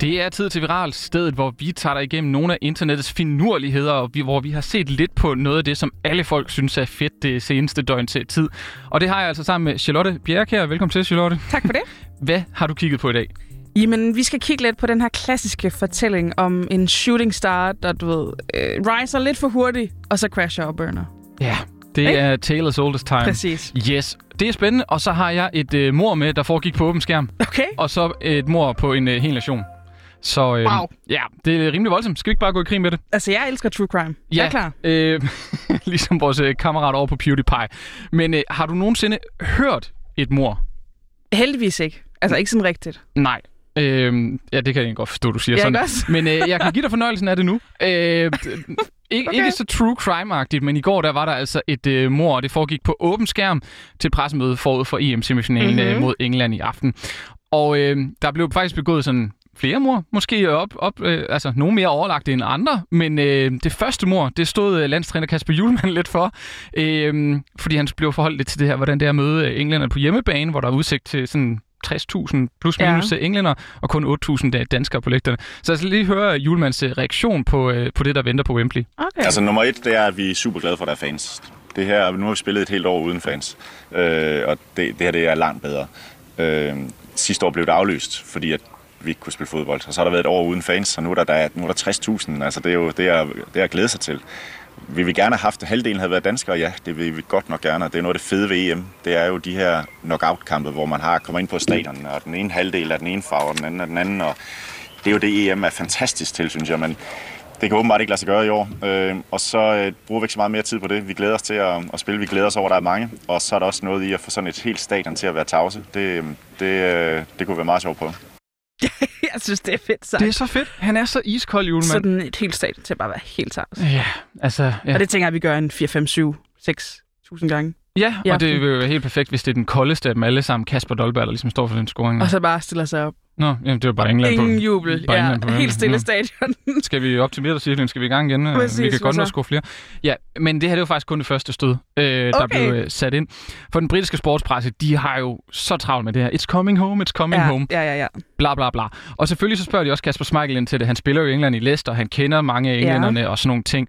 Det er tid til Viral, stedet hvor vi tager dig igennem nogle af internettets finurligheder, og vi, hvor vi har set lidt på noget af det, som alle folk synes er fedt det seneste døgn til tid. Og det har jeg altså sammen med Charlotte Bjerkær. Velkommen til, Charlotte. Tak for det. Hvad har du kigget på i dag? Jamen, vi skal kigge lidt på den her klassiske fortælling om en shooting star, der du ved, øh, riser lidt for hurtigt, og så crasher og burner. Ja, det Ikke? er Taylor's Oldest Time. Præcis. Yes, det er spændende, og så har jeg et øh, mor med, der foregik på åben skærm, Okay. og så et mor på en øh, hel nation. Så øh, Wow. ja, det er rimelig voldsomt. Skal vi ikke bare gå i krig med det? Altså, jeg elsker true crime. Jeg er klar. Øh, ligesom vores øh, kammerat over på PewDiePie. Men øh, har du nogensinde hørt et mor? Heldigvis ikke. Altså, Mm. ikke sådan rigtigt. Nej. Øh, ja, det kan jeg egentlig godt forstå, du siger Ja, sådan. ikke også? Men øh, jeg kan give dig fornøjelsen af det nu. Øh, d- ikke, okay. ikke så true crime-agtigt, men i går der var der altså et øh, mor, og det foregik på åben skærm til pressemøde forud for EM-semifinalen mm-hmm. Mhm. øh, mod England i aften. Og øh, der blev faktisk begået sådan flere mor, måske op, op øh, altså nogle mere overlagte end andre, men øh, det første mor, det stod øh, landstræner Kasper Julemand lidt for, øh, fordi han blev forholdt lidt til det her, hvordan det er at møde øh, englænderne på hjemmebane, hvor der er udsigt til sådan 60.000 plus Ja. minus ja. englænder, og kun 8.000 da- danskere på lægterne. Så jeg skal lige høre Julemands øh, reaktion på, øh, på det, der venter på Wembley. Okay. Altså nummer et, det er, at vi er super glade for, at der er fans. Det her, nu har vi spillet et helt år uden fans, øh, og det, det her det er langt bedre. Øh, sidste år blev det aflyst, fordi at vi ikke kunne spille fodbold. Og så har der været et år uden fans, og nu er der, der, er- nu er der 60.000. Altså, det er jo det er, det er at glæde sig til. Vi vil gerne have haft, at halvdelen havde været danskere, ja, det vil vi godt nok gerne, og det er noget af det fede ved EM. Det er jo de her knockout-kampe, hvor man har kommer ind på stadion, og den ene halvdel er den ene farve, og den anden er den anden, og det er jo det, EM er fantastisk til, synes jeg, men det kan åbenbart ikke lade sig gøre i år. Øh, og så øh, bruger vi ikke så meget mere tid på det. Vi glæder os til at, at spille. Vi glæder os over, at der er mange. Og så er der også noget i at få sådan et helt stadion til at være tavse. Det, øh, det, øh, det kunne være meget sjovt på. Jeg synes, det er fedt sagt. Det er så fedt. Han er så iskold, Julemand. Sådan. Sådan et helt stat til at bare være helt tavs. Ja, altså... Ja. Og det tænker jeg, vi gør en 4, 5, 7, 6 tusind gange. Ja, i og det aften. vil jo være helt perfekt, hvis det er den koldeste af dem alle sammen, Kasper Dolberg, der ligesom står for den scoring. Og så bare stiller sig op. Nå, jamen, det var bare England Ingen på. jubel. bare Ja, England på Mm. helt stille Nå. stadion. Skal vi optimere dig, cirklen? Skal vi i gang igen? Øh, vi Præcis, kan hvad godt nå at så? score flere. Ja, men det her det var faktisk kun det første stød, øh, der Okay. blev øh, sat ind. For den britiske sportspresse, de har jo så travlt med det her. It's coming home, it's coming Ja, home. ja, ja, ja. bla bla bla. Og selvfølgelig så spørger de også Kasper Schmeichel ind til det. Han spiller jo i England i Leicester, han kender mange af englænderne og sådan nogle ting.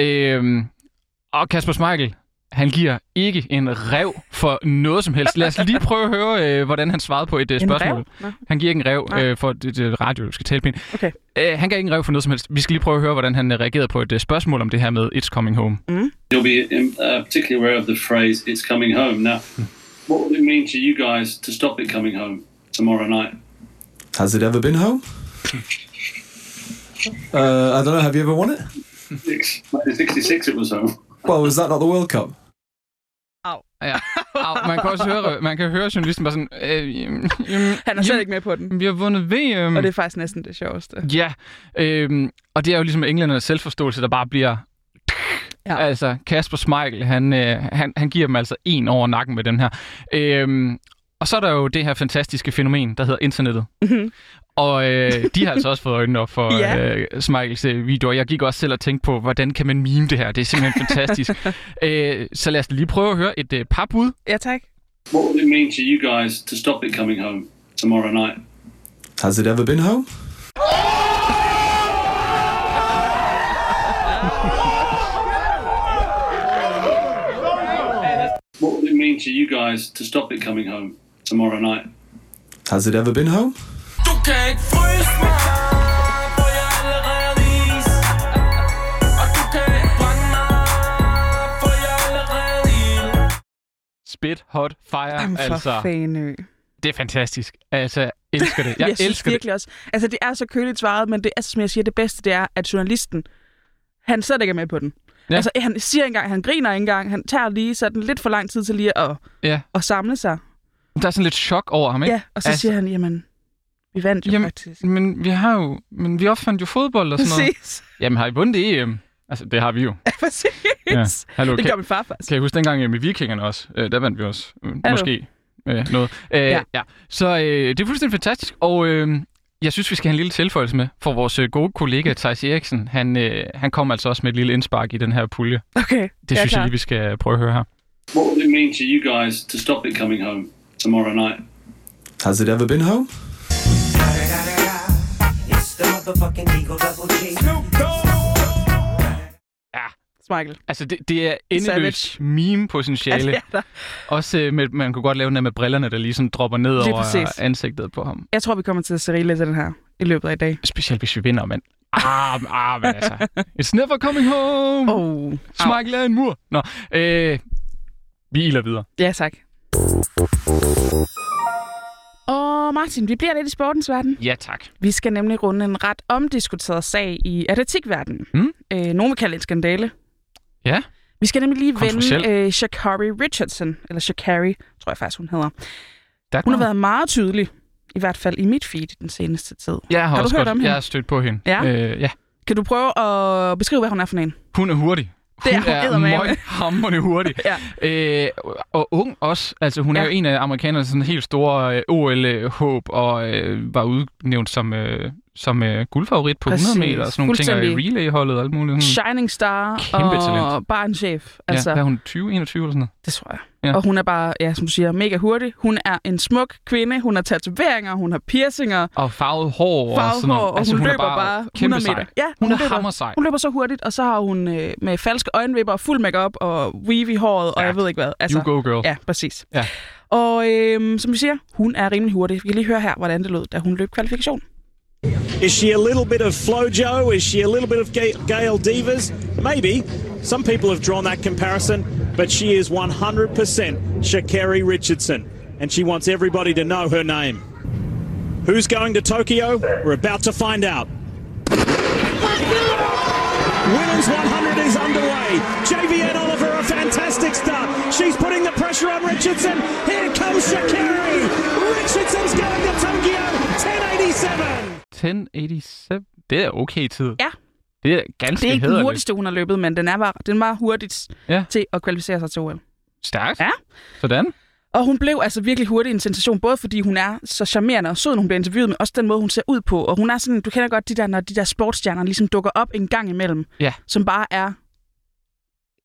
Øhm, og Kasper Schmeichel, han giver ikke en rev for noget som helst. Lad os lige prøve at høre, øh, hvordan han svarede på et øh, En spørgsmål. rev? Nå. Han giver ikke en rev Nej. øh, for det, det radio, du skal tale pænt. Okay. Øh, han gav ikke en rev for noget som helst. Vi skal lige prøve at høre, hvordan han øh, reagerede på et øh, spørgsmål om det her med It's Coming Home. You'll be um, uh, particularly aware of the phrase "it's coming home." Now, what would it mean to you guys to stop it coming home tomorrow night? Has it ever been home? Uh, I don't know. Have you ever won it? Six- 1966, it was home. Well, was that not the World Cup? Ja. Au, man kan også høre, man kan høre journalisten bare sådan... Øh, jamen, jamen, Mm. Han er slet ikke med på den. Vi har vundet VM. Og det er faktisk næsten det sjoveste. Ja, øhm, og det er jo ligesom englændernes selvforståelse, der bare bliver... Ja. Ja. Altså, Kasper Schmeichel, han, øh, han, han giver dem altså en over nakken med den her. Øhm, og så er der jo det her fantastiske fænomen, der hedder internettet. Mhm. Og øh, de har altså også fået øjnene op for Ja. ja. øh, Schmeichels øh, videoer. Jeg gik også selv og tænkte på, hvordan kan man mime det her? Det er simpelthen fantastisk. øh, så lad os lige prøve at høre et øh, par bud. Ja, tak. What would it mean to you guys to stop it coming home tomorrow night? Has it ever been home? What would it mean to you guys to stop it coming home tomorrow night? Has it ever been home? Du kan ikke fryse mig, for jeg er allerede is Og du kan ikke brænde mig, for jeg er allerede ild Spit, hot, fire. Jamen, for altså, altså, fanø. det er fantastisk. Altså, jeg elsker det. Jeg, jeg synes elsker det. virkelig også. Altså, det er så køligt svaret, men det er, som jeg siger, det bedste, det er, at journalisten, han slet ikke er med på den. Ja. Ja. Altså, han siger engang, han griner engang, han tager lige sådan lidt for lang tid til lige at, Ja. at samle sig. Der er sådan lidt chok over ham, ikke? Ja, og Altså- så altså, siger han, jamen, vi vandt jo Jamen, jamen, faktisk. Men vi har jo, men vi opfandt jo fodbold og sådan noget. Præcis. Jamen har I vundet EM? Altså, det har vi jo. Præcis. Ja. Hallo, Det kan, gør min far faktisk. kan I huske dengang øh, med vikingerne også? Øh, der vandt vi også. Øh, Hallo. måske øh, noget. Øh, ja. Ja. ja. Så øh, det er fuldstændig fantastisk, og øh, jeg synes, vi skal have en lille tilføjelse med for vores øh, gode kollega Thijs Eriksen. Han, øh, han kom altså også med et lille indspark i den her pulje. Okay. Det ja, synes jeg klar. lige, vi skal prøve at høre her. What would it mean to you guys to stop it coming home tomorrow night? Has it ever been home? It's It's the motherfucking Eagle Double G. Michael. Altså, det, det er endeløst meme-potentiale. Altså, Altså, ja, der- Også øh, med, man kunne godt lave den der med brillerne, der ligesom dropper ned Lige over præcis. ansigtet på ham. Jeg tror, vi kommer til at se rigeligt af den her i løbet af i dag. Specielt hvis vi vinder, men... Ah, men- ah, men altså. It's never coming home. Oh. Oh. Smike lavede en mur. Nå, øh, vi iler videre. Ja, tak. Og Martin, vi bliver lidt i sportens verden. Ja, tak. Vi skal nemlig runde en ret omdiskuteret sag i atletikverdenen. Mm. Øh, nogen vil kalde det en skandale. Ja. Vi skal nemlig lige vende Kontroversiel. øh, Shakari Richardson, eller Shakari, tror jeg faktisk, hun hedder. Der Hun har været meget tydelig, i hvert fald i mit feed i den seneste tid. Jeg har, du også hørt godt, om hende? Jeg har stødt på hende. Ja. Øh, ja. Kan du prøve at beskrive, hvad hun er for en? Hun er hurtig. Det er hun er eddermame. møghamrende hurtig. ja. øh, og ung også. Altså, hun ja. er Ja. jo en af amerikanernes sådan helt store øh, OL-håb, og øh, var udnævnt som, øh, som øh, guldfavorit på Præcis. 100 meter og sådan nogle ting, og i Fuldstændig. relay-holdet og alt muligt. Hun, Shining star Kæmpe og talent. bare en chef. Altså, altså. ja, hvad er hun 20, 21 eller sådan noget? Det tror jeg. Ja. Ja. Og hun er bare, ja, som du siger, mega hurtig. Hun er en smuk kvinde. Hun har tatoveringer, hun har piercinger, Og farvet hår og sådan farvehår, noget. Altså, og hun, er løber bare kæmpe 100 meter. Sej. Ja, Hun er løber, hammersej. hun løber så hurtigt, og så har hun øh, med falske øjenvipper og fuld makeup og weave i håret, og Ja. jeg ved ikke hvad. Altså, You go, girl. Ja, præcis. Ja. Og øh, som vi siger, hun er rimelig hurtig. Vi kan lige høre her, hvordan det lød, da hun løb kvalifikation. Is she a little bit of Flojo? Is she a little bit of Ga- Gail Divas? Maybe. Some people have drawn that comparison, but she is 100% Shakari Richardson, and she wants everybody to know her name. Who's going to Tokyo? We're about to find out. Women's 100 is underway. JVN Oliver, a fantastic start. She's putting the pressure on Richardson. Here comes Shakari. Richardson's going to Tokyo. 1087. 1087. Det er okay tid. Ja. Det er ganske Det er ikke den hæderligt. hurtigste, hun har løbet, men den er, bare, den er meget hurtigt Ja. til at kvalificere sig til OL. Stærkt. Ja. Sådan. Og hun blev altså virkelig hurtigt en sensation, både fordi hun er så charmerende og sød, når hun bliver interviewet, men også den måde, hun ser ud på. Og hun er sådan, du kender godt de der, når de der sportsstjerner ligesom dukker op en gang imellem, Ja. som bare er...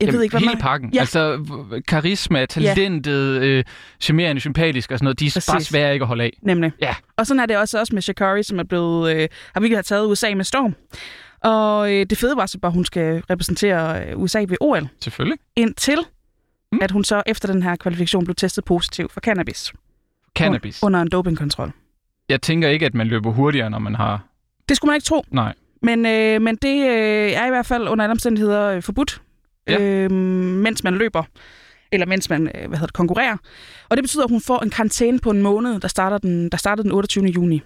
Jeg ved ikke, hvad hele man... pakken. Ja. Ja. Altså v- karisma, talentet, øh, charmerende, sympatisk og sådan noget. De er Præcis. bare svære ikke at holde af. Nemlig. Ja. Og sådan er det også, også med Shakari, som er blevet, øh, har virkelig har taget USA med storm. Og øh, det fede var så bare, at hun skal repræsentere øh, USA ved OL, Selvfølgelig. indtil Mm. mm. at hun så efter den her kvalifikation blev testet positiv for cannabis. Cannabis. Under en dopingkontrol. Jeg tænker ikke, at man løber hurtigere, når man har... Det skulle man ikke tro. Nej. Men, øh, men det øh, er i hvert fald under alle omstændigheder øh, forbudt, Ja. ja. øh, mens man løber, eller mens man øh, hvad hedder det, konkurrerer. Og det betyder, at hun får en karantæne på en måned, der starter den, der starter den 28. juni.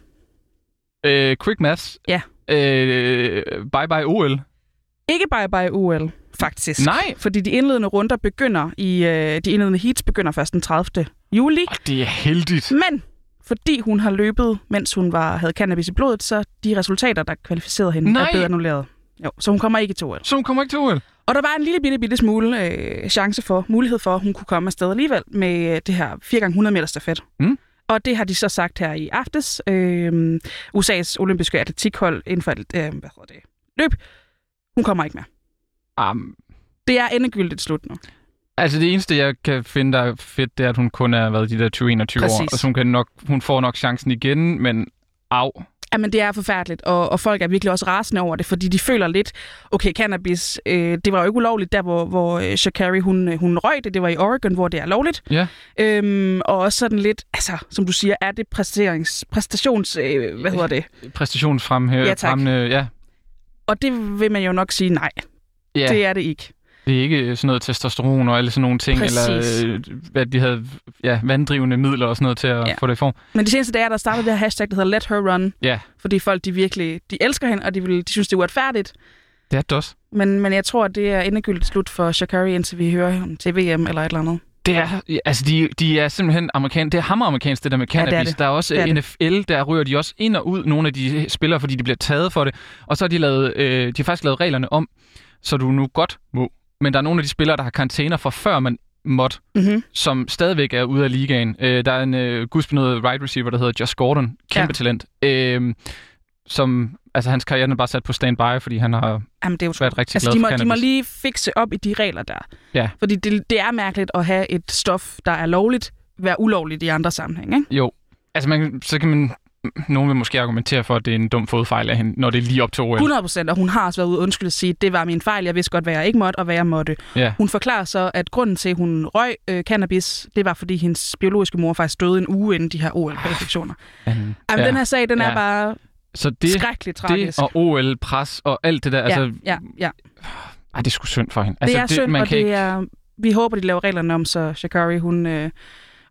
Øh, quick maths. Ja. Øh, bye bye OL. Ikke bye-bye OL, faktisk. Nej. Fordi de indledende runder begynder i, øh, de indledende heats begynder først den 30. juli. Og det er heldigt. Men fordi hun har løbet, mens hun var, havde cannabis i blodet, så de resultater, der kvalificerede hende, Nej. er blevet annulleret. Jo, så hun kommer ikke til OL. Så hun kommer ikke til OL. Og der var en lille bitte, bitte smule øh, chance for, mulighed for, at hun kunne komme afsted alligevel med øh, det her 4x100 meter stafet. Mm. Og det har de så sagt her i aftes. Øh, USA's olympiske atletikhold inden for øh, hvad hedder det, løb. Hun kommer ikke med. Um, Det er endegyldigt slut nu. altså det eneste, jeg kan finde der er fedt, det er, at hun kun er været de der 20-21 år. Præcis. Og så hun, kan nok, hun får nok chancen igen, men au. Jamen, det er forfærdeligt, og, og folk er virkelig også rasende over det, fordi de føler lidt, okay, cannabis, øh, det var jo ikke ulovligt der, hvor, hvor øh, Shakari, hun, øh, hun røg det, det var i Oregon, hvor det er lovligt. Ja. Øhm, og også sådan lidt, altså, som du siger, er det præsterings, præstations... Øh, hvad hedder det? Præstationsfremhævende. Ja, tak. ja. Og det vil man jo nok sige, nej, Ja. ja. det er det ikke. Det er ikke sådan noget testosteron og alle sådan nogle ting, Præcis. eller øh, hvad de havde ja, vanddrivende midler og sådan noget til at Ja. ja. få det i form. Men de seneste dage er der startet det her hashtag, der hedder Let Her Run, Ja, fordi folk, de virkelig, de elsker hende, og de, vil, de synes, det er uretfærdigt. det er dos. Men, men jeg tror, det er endegyldigt slut for Shakari, indtil vi hører ham til VM eller et eller andet. Det er, altså de, de er simpelthen amerikan, det er hammeramerikansk, det der med det er cannabis. det. Der er også øh, Det er det det. er NFL, der ryger de også ind og ud, nogle af de øh, spillere, fordi de bliver taget for det. Og så har de, lavet, øh, de har faktisk lavet reglerne om, så du nu godt må. Men der er nogle af de spillere, der har karantæner fra før man måtte, Mm-hmm. som stadigvæk er ude af ligaen. Øh, der er en øh, gudsbenødet right receiver, der hedder Josh Gordon. Kæmpe Ja. ja. talent. Øh, som, altså hans karriere den er bare sat på standby, fordi han har Jamen, det er jo været rigtig Altså, glad de må, for de må cannabis. lige fikse op i de regler der. Ja. Fordi det, det er mærkeligt at have et stof, der er lovligt, være ulovligt i andre sammenhæng. Ikke? Jo. Altså, man, så kan man nogen vil måske argumentere for, at det er en dum fodfejl af hende, når det er lige op til OL. 100 procent, og hun har også været ude undskyld og sige, det var min fejl, jeg vidste godt, hvad jeg ikke måtte, og hvad jeg måtte. Ja. Hun forklarer så, at grunden til, at hun røg øh, cannabis, det var, fordi hendes biologiske mor faktisk døde en uge inden de her OL-perfektioner. Anden. Jamen, Ja. ja. den her sag, den ja. Ja. er bare Så det, det, skrækkeligt det tragisk. og OL-pres og alt det der, ja, altså, ja, ja. ej, det er sgu synd for hende. Det Altså, er synd, man og kan det ikke... er, vi håber, de laver reglerne om, så Shakari, hun... Øh,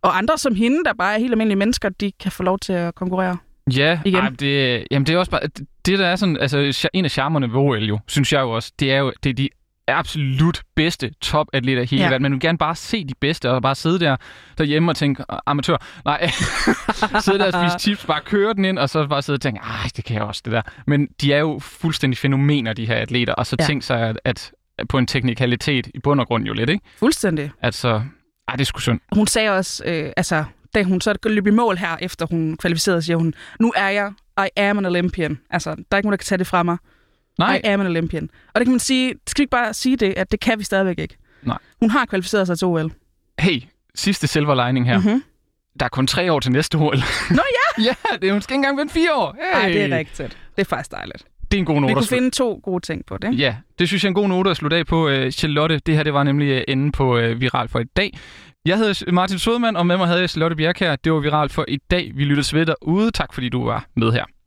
og andre som hende, der bare er helt almindelige mennesker, de kan få lov til at konkurrere. Ja, Igen. Ej, det, jamen det er også bare, det- det der er sådan, altså en af charmerne ved OL jo, synes jeg jo også, det er jo, det er de absolut bedste topatleter i hele ja. Ja. verden. Man vil gerne bare se de bedste, og bare sidde der derhjemme og tænke, "Ah, amatør, nej, sidde der og spise chips, bare køre den ind, og så bare sidde og tænke, ej, det kan jeg også, det der. Men de er jo fuldstændig fænomener, de her atleter, og så ja. Ja. tænk sig, at, at på en teknikalitet i bund og grund jo lidt, ikke? Fuldstændig. Altså, ej, det er sgu synd. Hun sagde også, øh, altså, da hun så løb i mål her, efter hun kvalificerede, siger hun, nu er jeg, I am an Olympian. Altså, der er ikke nogen, der kan tage det fra mig. Nej, I am an Olympian. Og det kan man sige, skal vi ikke bare sige det, at det kan vi stadigvæk ikke. Nej. Hun har kvalificeret sig til OL. hey, sidste silver lining her. Mhm. Der er kun tre år til næste OL. Nå ja! Ja, det, hun skal ikke engang vente fire år. Hey. Ej, det er rigtigt. Det er faktisk dejligt. Det er en god note Vi at kunne slutte- finde to gode ting på det. ikke? Ja, det synes jeg er en god note at slutte af på. Øh, Charlotte, det her det var nemlig øh, enden på øh, Viral for i dag. Jeg hedder Martin Sødman, og med mig havde jeg Charlotte Bjerkær. Det var Viral for i dag. Vi lyttes ved derude. Tak fordi du var med her.